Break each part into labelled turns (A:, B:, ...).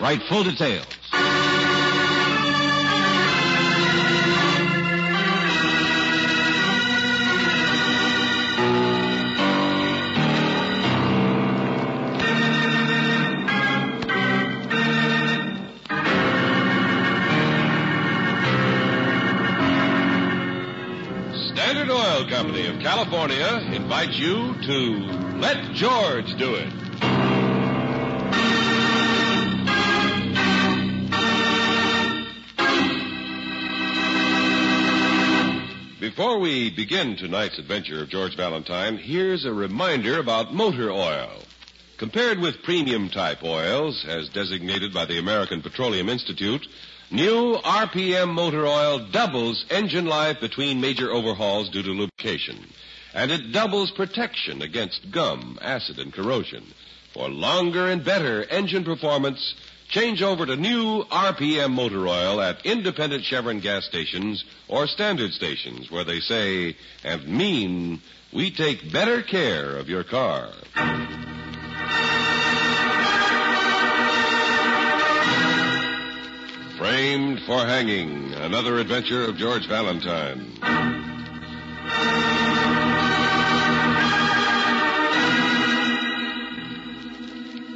A: Write full details.
B: Standard Oil Company of California invites you to Let George Do It. Before we begin tonight's adventure of George Valentine, here's a reminder about motor oil. Compared with premium type oils, as designated by the American Petroleum Institute, new RPM motor oil doubles engine life between major overhauls due to lubrication. And it doubles protection against gum, acid, and corrosion. For longer and better engine performance, change over to new RPM motor oil at independent Chevron gas stations or standard stations where they say and mean we take better care of your car. Framed for Hanging, another adventure of George Valentine.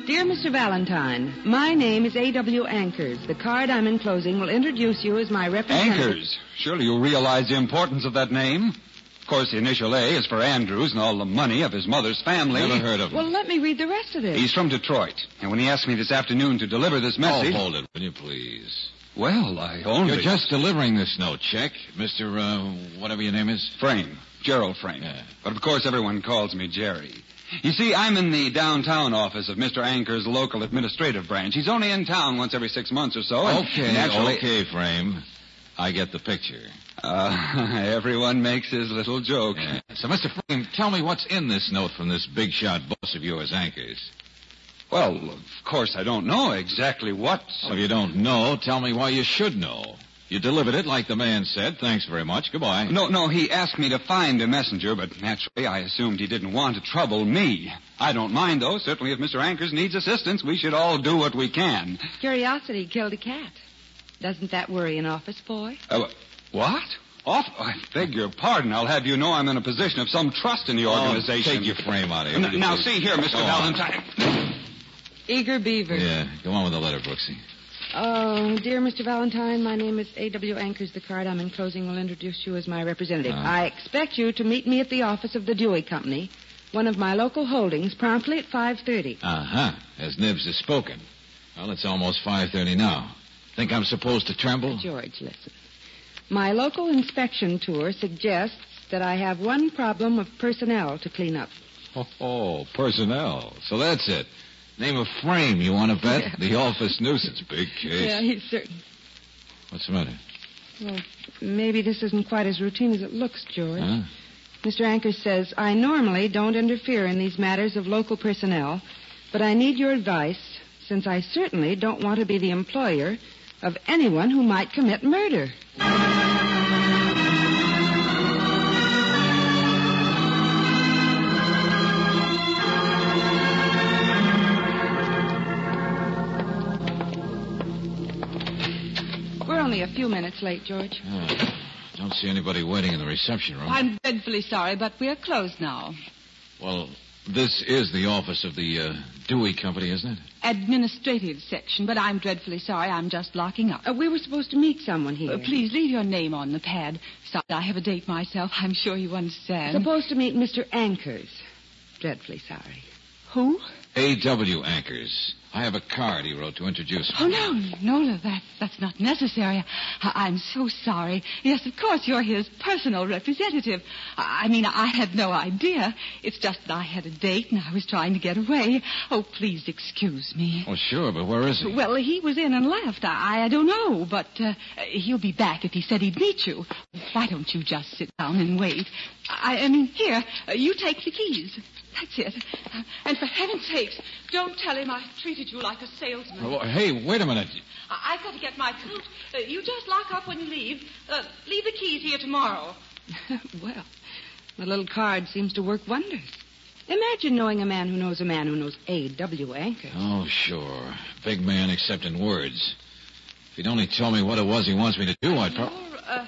C: Dear Mr. Valentine, my name is A.W. Anchors. The card I'm enclosing will introduce you as my representative.
D: Anchors. Surely you realize the importance of that name. Of course, the initial A is for Andrews and all the money of his mother's family.
A: Never heard of him.
C: Well, let me read the rest of this.
D: He's from Detroit. And when he asked me this afternoon to deliver this message.
A: Oh, hold it, will you please?
D: Well, I only.
A: You're just delivering this note, check, Mister uh, whatever your name is.
D: Frame. Gerald Frame.
A: Yeah.
D: But of course, everyone calls me Jerry. You see, I'm in the downtown office of Mr. Anchor's local administrative branch. He's only in town once every six months or so. Oh, and
A: Okay,
D: naturally,
A: okay, Frame. I get the picture.
D: Uh, everyone makes his little joke.
A: Yeah. So, Mister Frame, tell me what's in this note from this big shot boss of yours, Anchors.
D: Well, of course, I don't know exactly what.
A: Well, if you don't know, tell me why you should know. You delivered it like the man said. Thanks very much. Goodbye.
D: No, no, he asked me to find a messenger, but naturally I assumed he didn't want to trouble me. I don't mind, though. Certainly, if Mr. Anchors needs assistance, we should all do what we can.
C: Curiosity killed a cat. Doesn't that worry an office boy?
D: Uh, what? Off? I beg your pardon. I'll have you know I'm in a position of some trust in the
A: Oh,
D: organization.
A: take your frame out of here.
D: N- now, see here, Mr.
A: Go on.
D: Valentine.
C: Eager beaver.
A: Yeah, uh, go on with the letter, Brooksy.
C: Oh, dear Mr. Valentine, my name is A.W. Anchors. The card I'm enclosing will introduce you as my representative.
A: Ah.
C: I expect you to meet me at the office of the Dewey Company, one of my local holdings, promptly at 5.30.
A: Uh huh. As Nibs has spoken. Well, it's almost five thirty now. Think I'm supposed to tremble?
C: George, listen. My local inspection tour suggests that I have one problem of personnel to clean up.
A: Oh, oh, personnel. So that's it. Name of frame you want to bet? The office nuisance. Big case.
C: Yeah, he's certain.
A: What's the matter?
C: Well, maybe this isn't quite as routine as it looks, George.
A: Huh?
C: Mr. Anker says, I normally don't interfere in these matters of local personnel, but I need your advice since I certainly don't want to be the employer of anyone who might commit murder. We're only a few minutes late, George.
A: Oh, don't see anybody waiting in the reception room.
E: I'm dreadfully sorry, but we're closed now.
A: Well, this is the office of the uh, Dewey Company, isn't it?
E: Administrative section, but I'm dreadfully sorry. I'm just locking up.
C: Uh, we were supposed to meet someone here.
E: Uh, please leave your name on the pad. Sorry, I have a date myself. I'm sure you understand.
C: Supposed to meet Mr. Anchors. Dreadfully sorry.
E: Who?
A: A.W. Anchors. I have a card he wrote to introduce me.
E: Oh, no, Nola, that, that's not necessary. I, I'm so sorry. Yes, of course, you're his personal representative. I, I mean, I had no idea. It's just that I had a date and I was trying to get away. Oh, please excuse me.
A: Well, sure, but where is he?
E: Well, he was in and left. I, I don't know, but uh, he'll be back if he said he'd meet you. Why don't you just sit down and wait? I, I mean, here, uh, you take the keys. That's it. Uh, and for heaven's sake, don't tell him I treated you like a salesman.
A: Oh, hey, wait a minute.
E: I- I've got to get my coat. Uh, you just lock up when you leave. Uh, leave the keys here tomorrow.
C: well, the little card seems to work wonders. Imagine knowing a man who knows a man who knows A.W. Anchor.
A: Oh, sure. Big man except in words. If he'd only tell me what it was he wants me to do, I'd probably.
E: Your, uh,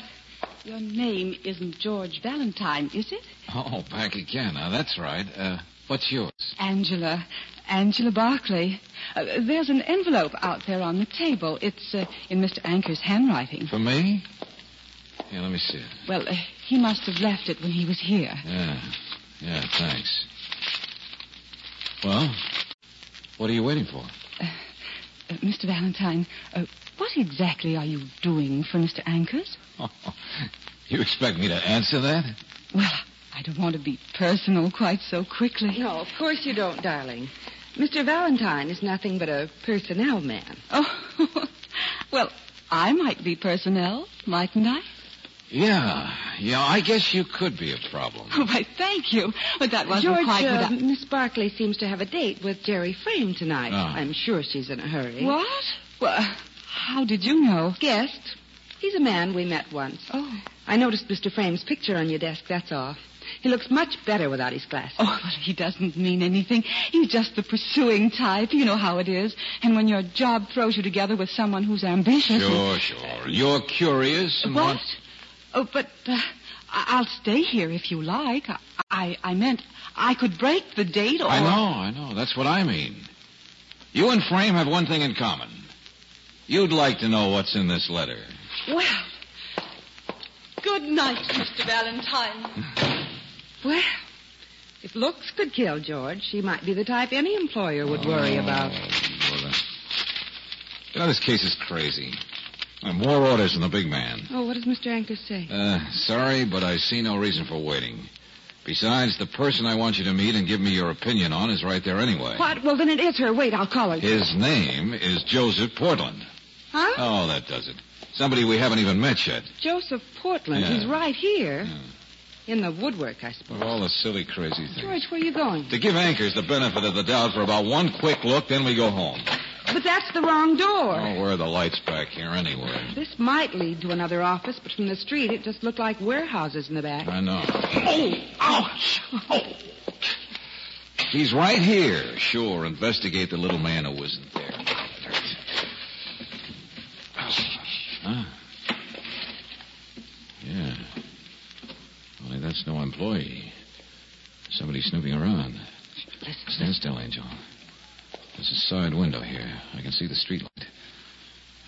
E: your name isn't George Valentine, is it?
A: Oh, back again. Now, that's right. Uh, what's yours?
E: Angela. Angela Barclay. Uh, there's an envelope out there on the table. It's uh, in Mr. Anker's handwriting.
A: For me? Yeah, let me see it.
E: Well, uh, he must have left it when he was here.
A: Yeah. Yeah, thanks. Well, what are you waiting for?
E: Uh, Mr. Valentine, uh, what exactly are you doing for Mr. Anker's?
A: you expect me to answer that?
E: Well, I don't want to be personal quite so quickly.
C: No, of course you don't, darling. Mr. Valentine is nothing but a personnel man.
E: Oh, well, I might be personnel, mightn't I?
A: Yeah. Yeah, I guess you could be a problem.
E: Oh, why, thank you. But that wasn't
C: George,
E: quite
C: uh,
E: what I...
C: Miss Barclay seems to have a date with Jerry Frame tonight.
A: Ah.
C: I'm sure she's in a hurry.
E: What? Well, how did you know?
C: Guest. He's a man we met once.
E: Oh.
C: I noticed Mr. Frame's picture on your desk, that's all. He looks much better without his glasses.
E: Oh, well, he doesn't mean anything. He's just the pursuing type. You know how it is. And when your job throws you together with someone who's ambitious.
A: Sure, sure. You're curious
E: and-
A: and
E: What?
A: want-
E: Oh, but uh, I- I'll stay here if you like. I, I, I meant I could break the date or.
A: I know, I know. That's what I mean. You and Frame have one thing in common. You'd like to know what's in this letter.
E: Well. Good night, Mr. Valentine.
C: Well, if looks could kill George, she might be the type any employer would worry about.
A: Oh, brother. You know, this case is crazy. And more orders than the big man.
C: Oh, what does Mr. Anker say?
A: Uh, sorry, but I see no reason for waiting. Besides, the person I want you to meet and give me your opinion on is right there anyway.
C: What? Well, then it is her. Wait, I'll call her.
A: His name is Joseph Portland.
C: Huh?
A: Oh, that does it. Somebody we haven't even met yet.
C: Joseph Portland.
A: Yeah.
C: He's right here.
A: Yeah.
C: In the woodwork, I suppose.
A: Of all the silly, crazy things.
C: George, where are you going?
A: To give anchors the benefit of the doubt for about one quick look, then we go home.
C: But that's the wrong door.
A: Oh, where are the lights back here anyway?
C: This might lead to another office, but from the street it just looked like warehouses in the back.
A: I know. Oh, ouch! Oh. He's right here. Sure, investigate the little man who wasn't there. Huh? Yeah. Only that's no employee. Somebody snooping around. Stand still, Angel. There's a side window here. I can see the streetlight.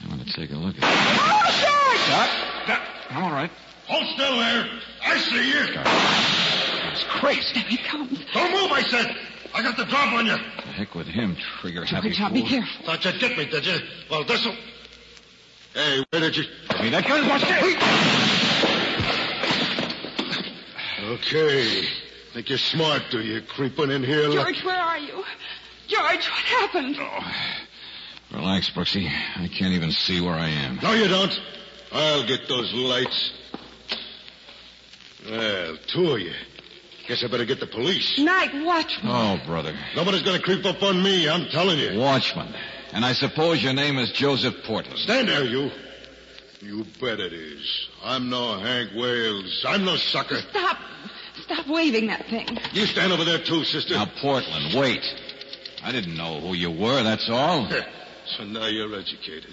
A: I want to take a look at it. I'm all right.
F: Hold still there. I see you.
A: It's crazy.
E: There he comes.
F: Don't move, I said. I got the drop on you.
A: The heck with him, Trigger Happy
E: Good job. Be
A: fool.
E: careful.
F: Thought you'd get me, did you? Well, this'll... Hey, where did you...
A: I mean, that gun is my
F: Okay. Think you're smart, do you? Creeping in here like...
E: George, where are you? George, what happened?
A: Relax, Brooksy. I can't even see where I am.
F: No, you don't. I'll get those lights. Well, two of you. Guess I better get the police.
C: Night watchman.
A: Oh, brother.
F: Nobody's gonna creep up on me, I'm telling you.
A: Watchman. And I suppose your name is Joseph Portland.
F: Stand there, you. You bet it is. I'm no Hank Wales. I'm no sucker.
C: Stop. Stop waving that thing.
F: You stand over there too, sister.
A: Now, Portland, wait. I didn't know who you were, that's all.
F: So now you're educated.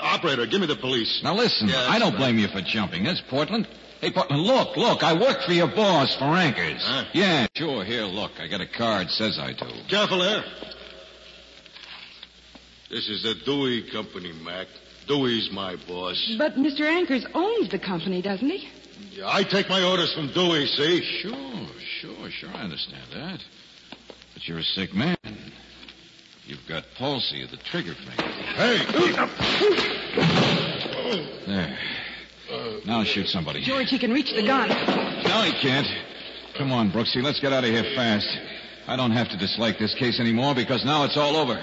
F: Operator, give me the police.
A: Now, listen,
F: Yeah, that's
A: I don't
F: right.
A: blame you for jumping. That's Portland. Hey, Portland, look, look. I work for your boss for anchors.
F: Huh?
A: Yeah, sure. Here, look. I got a card. Says I do.
F: Careful eh? there. This is the Dewey Company, Mac. Dewey's my boss.
C: But Mr. Ankers owns the company, doesn't he?
F: Yeah, I take my orders from Dewey, see?
A: Sure, sure, sure. I understand that. But you're a sick man. You've got palsy of the trigger finger.
F: Hey!
A: There.
F: Uh,
A: Now shoot somebody.
C: George, he can reach the gun.
A: No, he can't. Come on, Brooksy. Let's get out of here fast. I don't have to dislike this case anymore because now it's all over.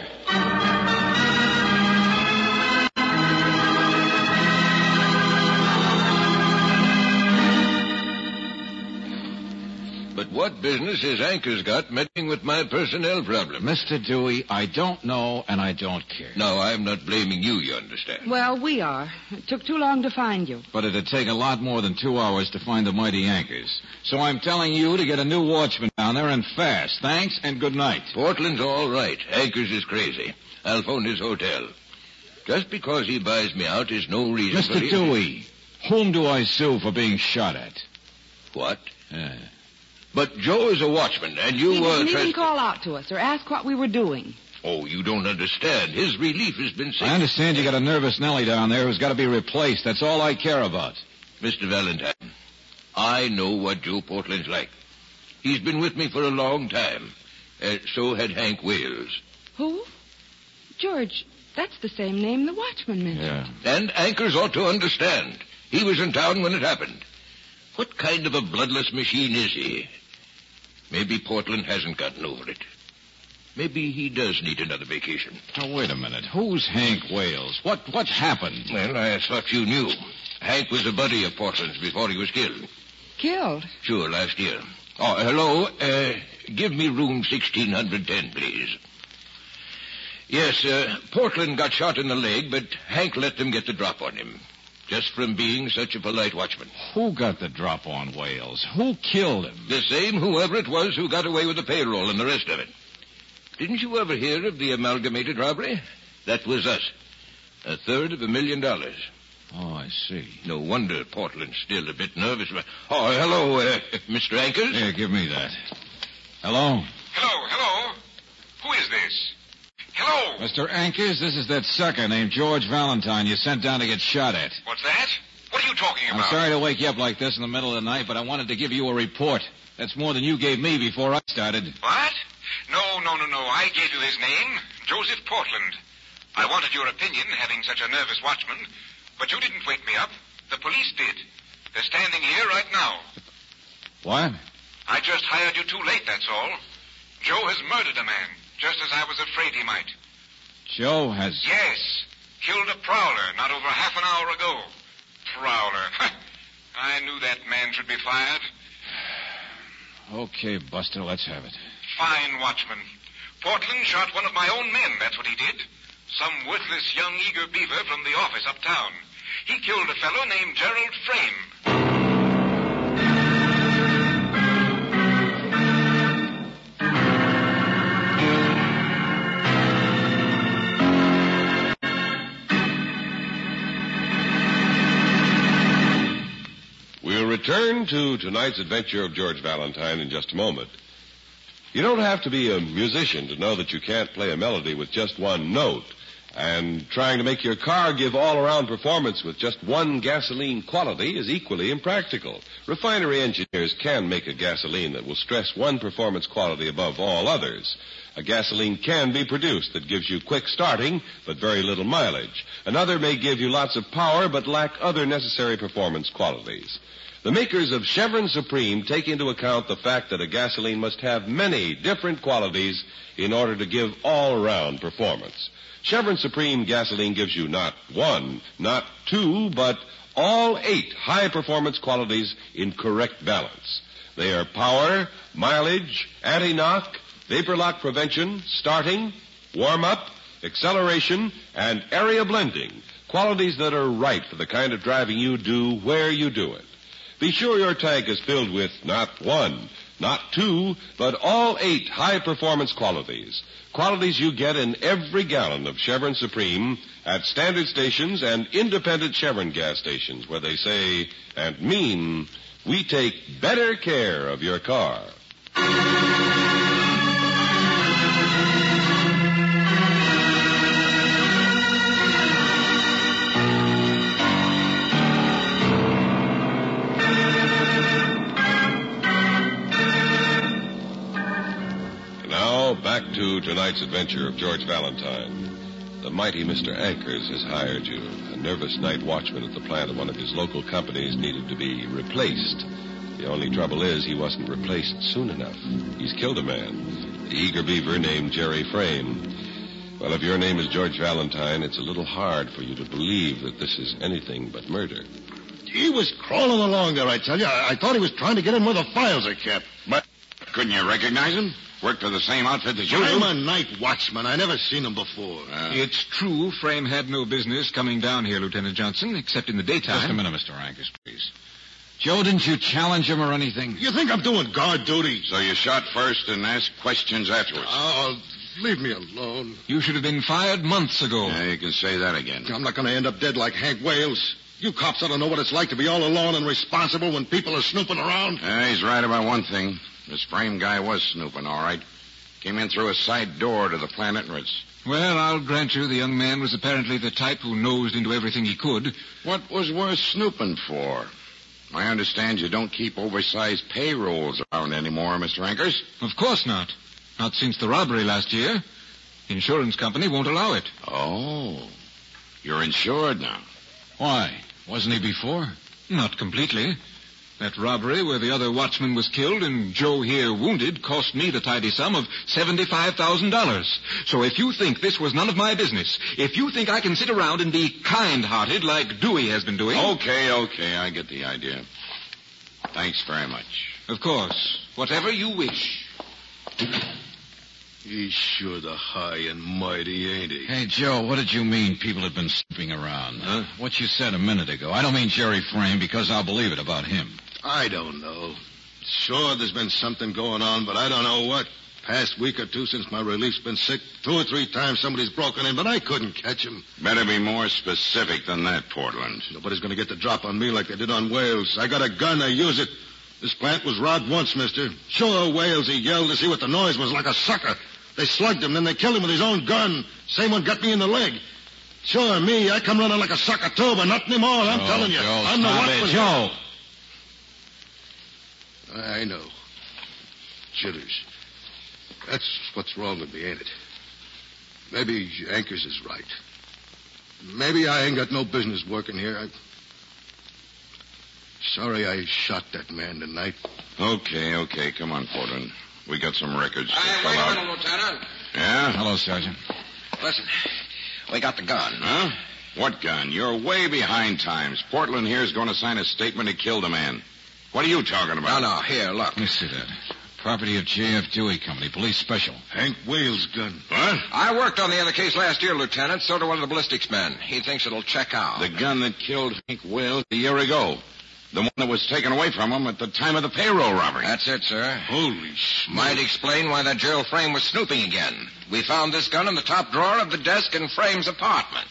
B: But what business has Anchor's got meddling with my personnel problem?
A: Mr. Dewey, I don't know and I don't care.
B: No, I'm not blaming you, you understand.
C: Well, we are. It took too long to find you.
A: But it'd take a lot more than two hours to find the mighty anchors. So I'm telling you to get a new watchman now down there and fast. Thanks and good night.
G: Portland's all right. Anchors is crazy. I'll phone his hotel. Just because he buys me out is no reason for...
A: Mr.
G: him-
A: Dewey, whom do I sue for being shot at?
G: What?
A: Yeah.
G: But Joe is a watchman, and you
C: He
G: were...
C: didn't even call out to us or ask what we were doing.
G: Oh, you don't understand. His relief has been saved.
A: I understand you got a nervous Nellie down there who's got to be replaced. That's all I care about.
G: Mr. Valentine, I know what Joe Portland's like. He's been with me for a long time. and so had Hank Wales.
C: Who? George, that's the same name the watchman mentioned.
A: Yeah.
G: And anchors ought to understand. He was in town when it happened. What kind of a bloodless machine is he? Maybe Portland hasn't gotten over it. Maybe he does need another vacation.
A: Now, wait a minute. Who's Hank Wales? What, what happened?
G: Well, I thought you knew. Hank was a buddy of Portland's before he was killed.
C: Killed.
G: Sure, last year. Oh, hello. Uh, give me room 1610, please. Yes, uh, Portland got shot in the leg, but Hank let them get the drop on him. Just from being such a polite watchman.
A: Who got the drop on Wales? Who killed him?
G: The same whoever it was who got away with the payroll and the rest of it. Didn't you ever hear of the amalgamated robbery? That was us. A third of a million dollars.
A: Oh, I see.
G: No wonder Portland's still a bit nervous. about- Oh, hello, uh, Mr. Anchors.
A: Here, give me that. Hello?
H: Hello, hello. Who is this? Hello.
A: Mr. Anchors, this is that sucker named George Valentine you sent down to get shot at.
H: What's that? What are you talking
A: I'm
H: about?
A: sorry to wake you up like this in the middle of the night, but I wanted to give you a report. That's more than you gave me before I started.
H: What? No, no, no, no. I gave you his name, Joseph Portland. I wanted your opinion, having such a nervous watchman, but you didn't wake me up. The police did. They're standing here right now.
A: What?
H: I just hired you too late, that's all. Joe has murdered a man, just as I was afraid he might.
A: Joe has.
H: Yes. Killed a prowler not over half an hour ago. Prowler. I knew that man should be fired.
A: Okay, Buster, let's have it.
H: Fine watchman. Portland shot one of my own men, that's what he did. Some worthless young eager beaver from the office uptown. He killed a fellow named Gerald Frame.
B: We'll return to tonight's adventure of George Valentine in just a moment. You don't have to be a musician to know that you can't play a melody with just one note. And trying to make your car give all-around performance with just one gasoline quality is equally impractical. Refinery engineers can make a gasoline that will stress one performance quality above all others. A gasoline can be produced that gives you quick starting, but very little mileage. Another may give you lots of power, but lack other necessary performance qualities. The makers of Chevron Supreme take into account the fact that a gasoline must have many different qualities in order to give all-round performance. Chevron Supreme gasoline gives you not one, not two, but all eight high-performance qualities in correct balance. They are power, mileage, anti-knock, vapor lock prevention, starting, warm-up, acceleration, and area blending. Qualities that are right for the kind of driving you do where you do it. Be sure your tank is filled with not one, not two, but all eight high performance qualities. Qualities you get in every gallon of Chevron Supreme at standard stations and independent Chevron gas stations where they say and mean we take better care of your car. Now, back to tonight's adventure of George Valentine. The mighty Mr. Anchors has hired you. A nervous night watchman at the plant of one of his local companies needed to be replaced. The only trouble is he wasn't replaced soon enough. He's killed a man, the eager beaver named Jerry Frame. Well, if your name is George Valentine, it's a little hard for you to believe that this is anything but murder.
F: He was crawling along there, I tell you. I, I thought he was trying to get in where the files are kept.
D: Couldn't you recognize him? Worked for the same outfit that you
F: I'm
D: do?
F: a night watchman. I never seen him before.
H: Uh,
D: It's true, Frame had no business coming down here, Lieutenant Johnson, except in the daytime.
A: Just a minute, Mr. Anchors, please.
H: Joe, didn't you challenge him or anything?
F: You think I'm doing guard duty?
I: So you shot first and asked questions afterwards.
F: Oh, leave me alone.
H: You should have been fired months ago.
I: Yeah, you can say that again.
F: I'm not going to end up dead like Hank Wales. You cops ought to know what it's like to be all alone and responsible when people are snooping around.
I: Yeah, he's right about one thing. This frame guy was snooping, all right. Came in through a side door to the planet and was...
H: Well, I'll grant you the young man was apparently the type who nosed into everything he could.
I: What was worth snooping for? I understand you don't keep oversized payrolls around anymore, Mr. Ankers.
H: Of course not. Not since the robbery last year. The insurance company won't allow it.
I: Oh. You're insured now.
H: Why? Wasn't he before? Not completely. That robbery where the other watchman was killed and Joe here wounded cost me the tidy sum of $75,000. So if you think this was none of my business, if you think I can sit around and be kind-hearted like Dewey has been doing...
I: Oh, Okay, okay, I get the idea. Thanks very much.
H: Of course. Whatever you wish.
F: He's sure the high and mighty, ain't he?
A: Hey, Joe, what did you mean people had been snooping around? Huh? What you said a minute ago. I don't mean Jerry Frame because I'll believe it about him.
F: I don't know. Sure, there's been something going on, but I don't know what. Past week or two since my relief's been sick, two or three times somebody's broken in, but I couldn't catch him.
I: Better be more specific than that, Portland.
F: Nobody's going to get the drop on me like they did on Wales. I got a gun, I use it. This plant was robbed once, mister. Sure, Wales, he yelled to see what the noise was like a sucker. They slugged him, then they killed him with his own gun. Same one got me in the leg. Sure, me, I come running like a sucker too, but not anymore, I'm
A: Joe,
F: telling you.
A: Oh, Joe,
F: I'm the
A: stop
F: one.
A: it, Joe.
F: I know. Jitters. That's what's wrong with me, ain't it? Maybe Anchors is right. Maybe I ain't got no business working here. I... Sorry I shot that man tonight.
I: Okay, okay, come on, Portland. We got some records to
G: Hey,
I: fill
G: wait a
I: out.
G: minute, Lieutenant.
I: Yeah?
A: Hello, Sergeant.
G: Listen, we got the gun.
I: Huh? What gun? You're way behind times. Portland here's going to sign a statement to kill the man. What are you talking
G: No,
I: about?
G: no, here, look.
A: Let me see that. Uh, Property of J.F. Dewey Company, police special.
F: Hank Wales' gun.
I: What?
G: I worked on the other case last year, Lieutenant. So did one of the ballistics men. He thinks it'll check out.
I: The gun that killed Hank Wills a year ago. The one that was taken away from him at the time of the payroll robbery.
G: That's it, sir.
F: Holy smoke.
G: Might explain why that Gerald Frame was snooping again. We found this gun in the top drawer of the desk in Frame's apartment.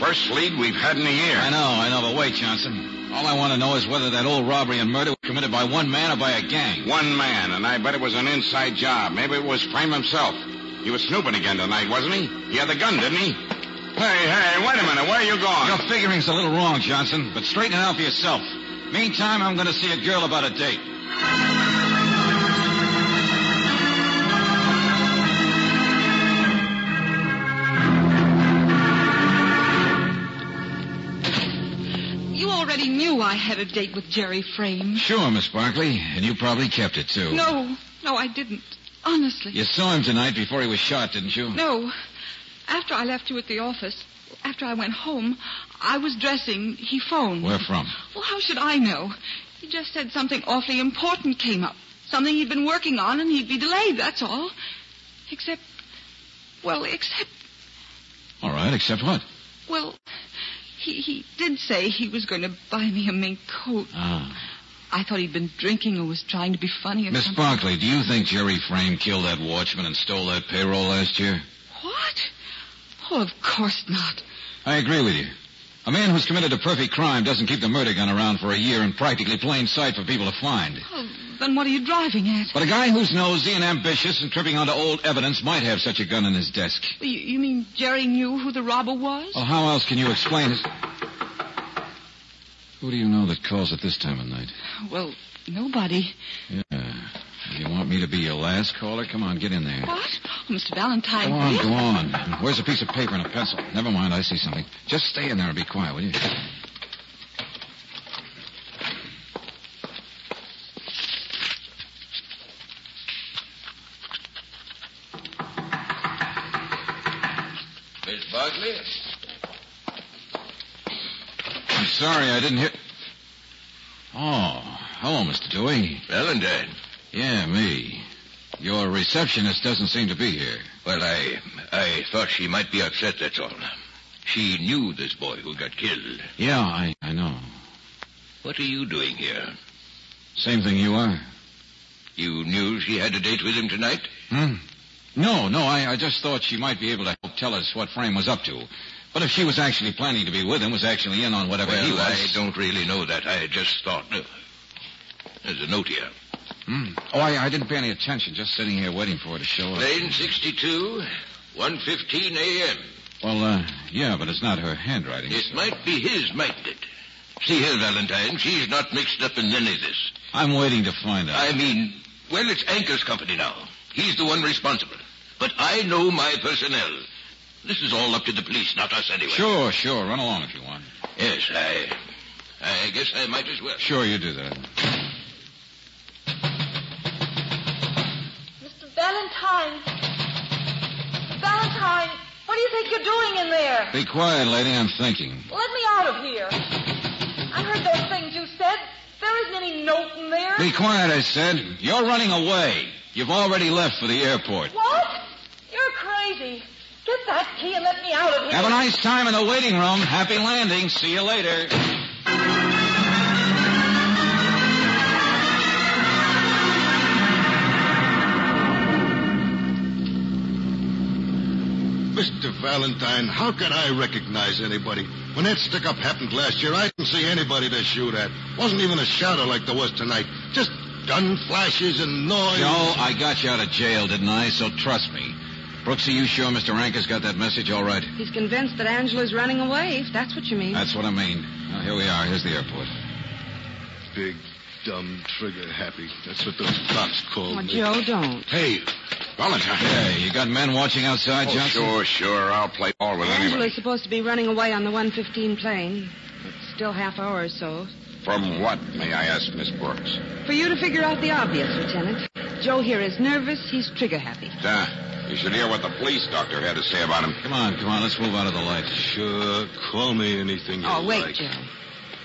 I: First lead we've had in a year.
A: I know, I know, but wait, Johnson. All I want to know is whether that old robbery and murder were committed by one man or by a gang.
I: One man, and I bet it was an inside job. Maybe it was Frame himself. He was snooping again tonight, wasn't he? He had the gun, didn't he? Hey, hey, wait a minute. Where are you going?
A: Your figuring's a little wrong, Johnson, but straighten it out for yourself. Meantime, I'm going to see a girl about a date.
E: You already knew I had a date with Jerry Frame.
A: Sure, Miss Barkley, and you probably kept it, too.
E: No, no, I didn't. Honestly.
A: You saw him tonight before he was shot, didn't you?
E: No. After I left you at the office, after I went home, I was dressing. He phoned.
A: Where from?
E: Well, how should I know? He just said something awfully important came up. Something he'd been working on and he'd be delayed, that's all. Except, well, except,
A: All right, except what?
E: well, he, he did say he was going to buy me a mink coat.
A: Ah.
E: I thought he'd been drinking or was trying to be funny or
A: Miss
E: something.
A: Barkley, do you think Jerry Frame killed that watchman and stole that payroll last year?
E: What? Oh, of course not.
A: I agree with you. A man who's committed a perfect crime doesn't keep the murder gun around for a year in practically plain sight for people to find.
E: Well, Oh, then what are you driving at?
A: But a guy who's nosy and ambitious and tripping onto old evidence might have such a gun in his desk.
E: You, you mean Jerry knew who the robber was?
A: Well, how else can you explain it? Who do you know that calls at this time of night?
E: Well, nobody.
A: Yeah. You want me to be your last caller? Come on, get in there.
E: What? Oh, Mr. Valentine.
A: Go on, go on. Where's a piece of paper and a pencil? Never mind, I see something. Just stay in there and be quiet, will you?
G: Miss Buckley?
A: I'm sorry, I didn't hear. Oh, hello, Mr. Dewey.
G: Valentine.
A: Yeah, me. Your receptionist doesn't seem to be here.
G: Well, I, I thought she might be upset, that's all. She knew this boy who got killed.
A: Yeah, I, I know.
G: What are you doing here?
A: Same thing you are.
G: You knew she had a date with him tonight?
A: Hmm? No, no, I, I just thought she might be able to help tell us what Frame was up to. But if she was actually planning to be with him, was actually in on whatever
G: well,
A: he was.
G: I don't really know that. I just thought. uh, there's a note here.
A: Hmm. Oh, I, I didn't pay any attention. Just sitting here waiting for her to show up.
G: Lane 62, 1.15 a.m.
A: Well, uh, yeah, but it's not her handwriting.
G: It might be his, mightn't it? See here, Valentine, she's not mixed up in any of this.
A: I'm waiting to find out.
G: I mean, well, it's Anker's company now. He's the one responsible. But I know my personnel. This is all up to the police, not us anyway.
A: Sure, sure. Run along if you want.
G: Yes, I. I guess I might as well.
A: Sure, you do that.
J: Mr. Valentine. Mr. Valentine, what do you think you're doing in there?
A: Be quiet, lady. I'm thinking.
J: Let me out of here. I heard those things you said. There isn't any note in there.
A: Be quiet, I said. You're running away. You've already left for the airport.
J: What? You're crazy. Get that key and let me out of here.
A: Have a nice time in the waiting room. Happy landing. See you later.
F: Mr. Valentine, how could I recognize anybody? When that stick up happened last year, I didn't see anybody to shoot at. Wasn't even a shadow like there was tonight. Just gun flashes and noise.
A: Joe, I got you out of jail, didn't I? So trust me. Brooksy, you sure Mr. Ranker's got that message all right?
C: He's convinced that Angela's running away, if that's what you mean.
A: That's what I mean. Now, here we are. Here's the airport.
F: Big, dumb, trigger happy. That's what those cops call
C: Oh,
F: me.
C: Joe, don't.
F: Hey, Valentine.
A: Hey, you got men watching outside,
I: Oh,
A: Johnson?
I: sure, sure. I'll play ball with anyone.
C: Angela's supposed to be running away on the 115 plane. It's still half hour or so.
I: From what, may I ask, Miss Brooks?
C: For you to figure out the obvious, Lieutenant. Joe here is nervous. He's trigger happy.
I: Uh, you should hear what the police doctor had to say about him.
A: Come on, come on. Let's move out of the light.
F: Sure, call me anything you
C: Oh, wait,
F: like.
C: Joe.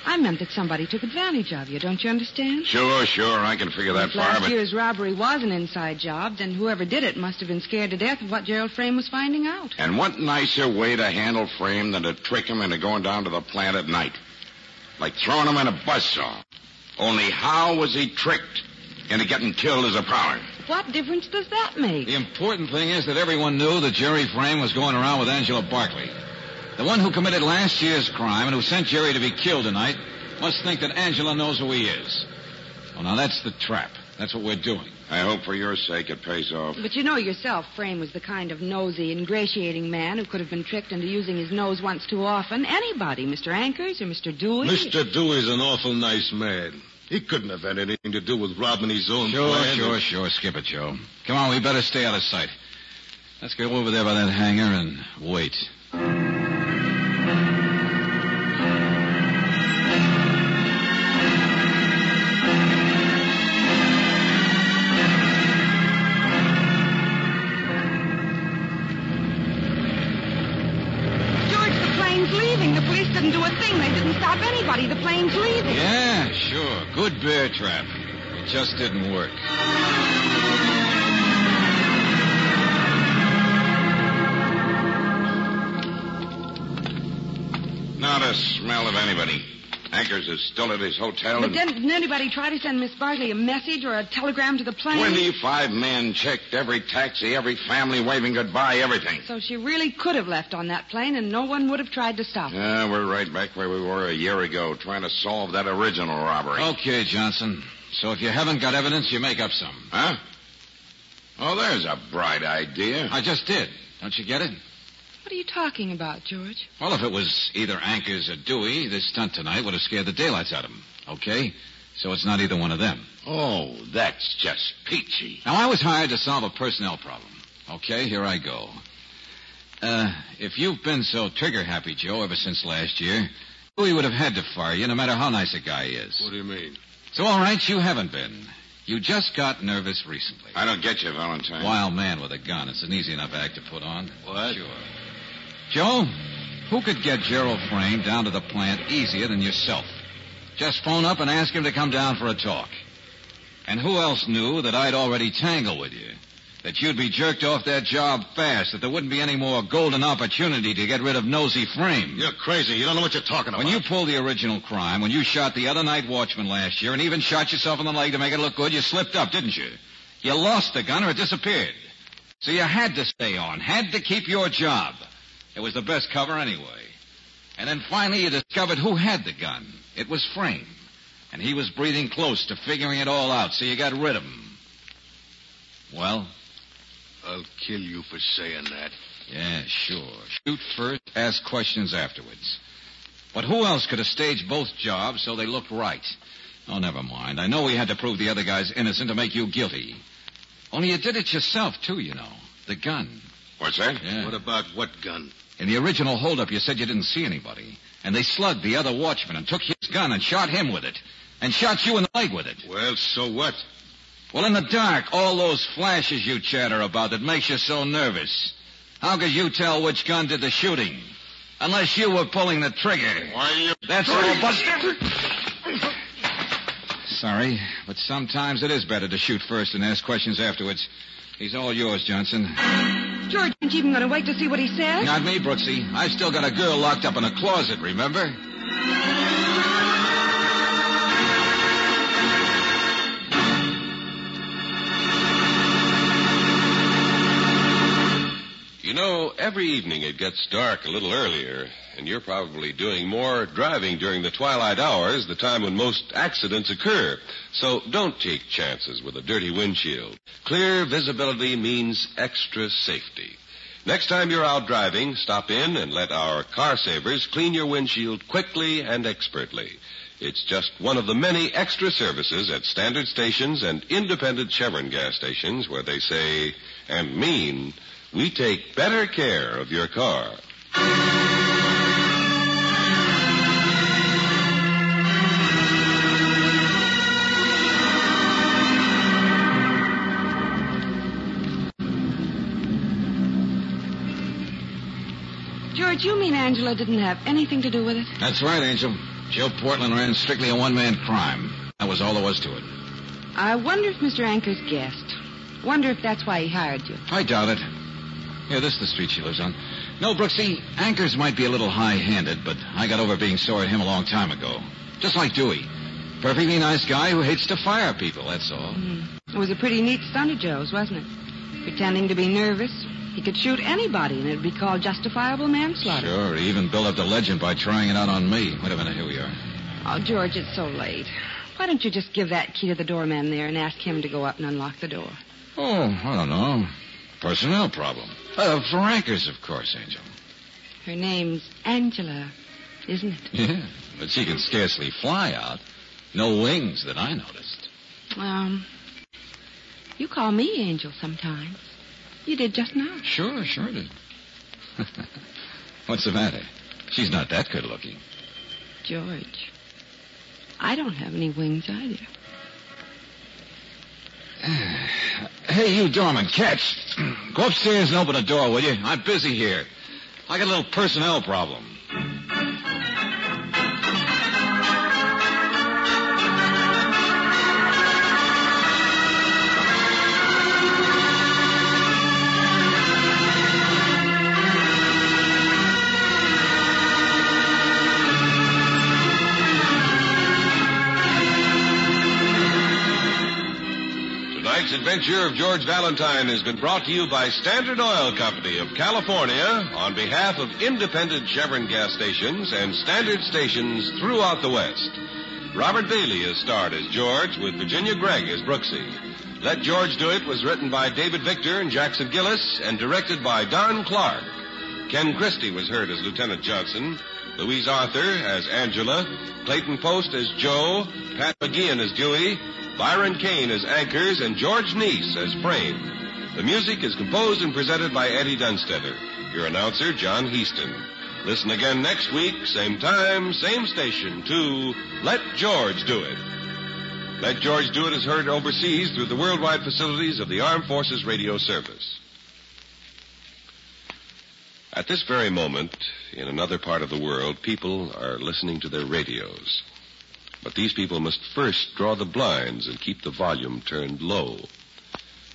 C: I meant that somebody took advantage of you, don't you understand?
I: Sure, sure. I can figure that
C: if
I: far,
C: last
I: but.
C: year's robbery was an inside job, then whoever did it must have been scared to death of what Gerald Frame was finding out.
I: And what nicer way to handle Frame than to trick him into going down to the plant at night? Like throwing him in a buzzsaw. Only how was he tricked into getting killed as a prowler?
C: What difference does that make?
A: The important thing is that everyone knew that Jerry Frame was going around with Angela Barkley. The one who committed last year's crime and who sent Jerry to be killed tonight must think that Angela knows who he is. Well, now that's the trap. That's what we're doing.
I: I hope for your sake it pays off.
C: But you know yourself, Frame was the kind of nosy, ingratiating man who could have been tricked into using his nose once too often. Anybody, Mr. Ankers or Mr. Dewey.
F: Mr. Dewey's an awful nice man. He couldn't have had anything to do with robbing his own
A: Sure,
F: plan.
A: sure, sure. Skip it, Joe. Come on, we better stay out of sight. Let's go over there by that hangar and wait.
C: George, the plane's leaving. The police didn't do a thing. They didn't stop anybody. The plane's leaving.
A: Yeah, sure. Good bear trap. It just didn't work.
I: Not a smell of anybody. Anchors is still at his hotel.
C: But
I: and...
C: then didn't anybody try to send Miss Barkley a message or a telegram to the plane?
I: 25 men checked every taxi, every family waving goodbye, everything.
C: So she really could have left on that plane, and no one would have tried to stop her.
I: Yeah, we're right back where we were a year ago, trying to solve that original robbery.
A: Okay, Johnson. So if you haven't got evidence, you make up some.
I: Huh? Oh, there's a bright idea.
A: I just did. Don't you get it?
C: What are you talking about, George?
A: Well, if it was either Anchors or Dewey, this stunt tonight would have scared the daylights out of them. Okay? So it's not either one of them.
I: Oh, that's just peachy.
A: Now, I was hired to solve a personnel problem. Okay, here I go. Uh, if you've been so trigger happy, Joe, ever since last year, Dewey would have had to fire you no matter how nice a guy
F: What
A: is.
F: do you mean?
A: So, all right, you haven't been. You just got nervous recently.
I: I don't get you, Valentine.
A: Wild man with a gun. It's an easy enough act to put on.
F: What?
A: Sure. Joe, who could get Gerald Frame down to the plant easier than yourself? Just phone up and ask him to come down for a talk. And who else knew that I'd already tangled with you? that you'd be jerked off that job fast, that there wouldn't be any more golden opportunity to get rid of Nosy Frame.
F: You're crazy. You don't know what you're talking about.
A: When you pulled the original crime, when you shot the other night watchman last year and even shot yourself in the leg to make it look good, you slipped up, didn't you? You lost the gun or it disappeared. So you had to stay on, had to keep your job. It was the best cover anyway. And then finally you discovered who had the gun. It was Frame. And he was breathing close to figuring it all out, so you got rid of him. Well?
F: I'll kill you for saying that.
A: Yeah, sure. Shoot first, ask questions afterwards. But who else could have staged both jobs so they looked right? Oh, never mind. I know we had to prove the other guy's innocent to make you guilty. Only you did it yourself, too, you know. The gun.
I: What's that?
A: Yeah.
F: What about what gun?
A: In the original holdup, you said you didn't see anybody. And they slugged the other watchman and took his gun and shot him with it. And shot you in the leg with it.
F: Well, so what?
A: Well, in the dark, all those flashes you chatter about that makes you so nervous. How could you tell which gun did the shooting? Unless you were pulling the trigger.
I: Why, you...
A: That's all, Buster. Sorry, but sometimes it is better to shoot first and ask questions afterwards. He's all yours, Johnson.
C: George ain't even going to wait to see what he says.
A: Not me, Brooksy. I've still got a girl locked up in a closet, remember?
B: You know, every evening it gets dark a little earlier, and you're probably doing more driving during the twilight hours, the time when most accidents occur. So don't take chances with a dirty windshield. Clear visibility means extra safety. Next time you're out driving, stop in and let our car savers clean your windshield quickly and expertly. It's just one of the many extra services at standard stations and independent Chevron gas stations where they say and mean we take better care of your car.
C: George, you mean Angela didn't have anything to do with it?
A: That's right, Angel. Joe Portland ran strictly a one man crime. That was all there was to it.
C: I wonder if Mr. Anker's guessed. Wonder if that's why he hired you.
A: I doubt it. Yeah, this is the street she lives on. No, Brooksy, Anchors might be a little high-handed, but I got over being sore at him a long time ago. Just like Dewey. Perfectly nice guy who hates to fire people, that's all.
C: Mm. It was a pretty neat stunt of Joe's, wasn't it? Pretending to be nervous. He could shoot anybody, and it'd be called justifiable manslaughter.
A: Sure, he even built up the legend by trying it out on me. Wait a minute, here we are.
C: Oh, George, it's so late. Why don't you just give that key to the doorman there and ask him to go up and unlock the door?
A: Oh, I don't know. Personnel problem. Uh, for anchors, of course, Angel.
C: Her name's Angela, isn't it?
A: Yeah, but she can scarcely fly out. No wings that I noticed.
C: Um, you call me Angel sometimes. You did just now.
A: Sure, sure did. What's the matter? She's not that good looking.
C: George, I don't have any wings either.
A: Hey, you doorman, catch. Go upstairs and open the door, will you? I'm busy here. I got a little personnel problem.
B: Tonight's adventure of George Valentine has been brought to you by Standard Oil Company of California on behalf of independent Chevron gas stations and standard stations throughout the West. Robert Bailey is starred as George with Virginia Gregg as Brooksy. Let George Do It was written by David Victor and Jackson Gillis and directed by Don Clark. Ken Christie was heard as Lieutenant Johnson, Louise Arthur as Angela, Clayton Post as Joe, Pat McGeehan as Dewey, Byron Kane as Anchors, and George Neese as Frame. The music is composed and presented by Eddie Dunstetter. Your announcer, John Heaston. Listen again next week, same time, same station, to Let George Do It. Let George Do It is heard overseas through the worldwide facilities of the Armed Forces Radio Service. At this very moment, in another part of the world, people are listening to their radios. But these people must first draw the blinds and keep the volume turned low.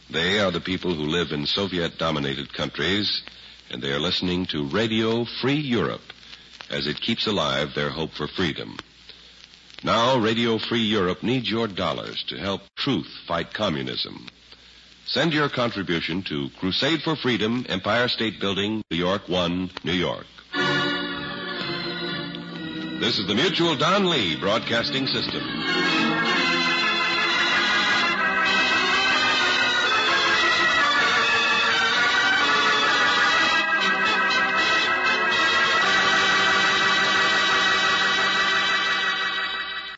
B: They are the people who live in Soviet dominated countries, and they are listening to Radio Free Europe as it keeps alive their hope for freedom. Now, Radio Free Europe needs your dollars to help truth fight communism. Send your contribution to Crusade for Freedom, Empire State Building, New York 1, New York. This is the Mutual Don Lee Broadcasting System.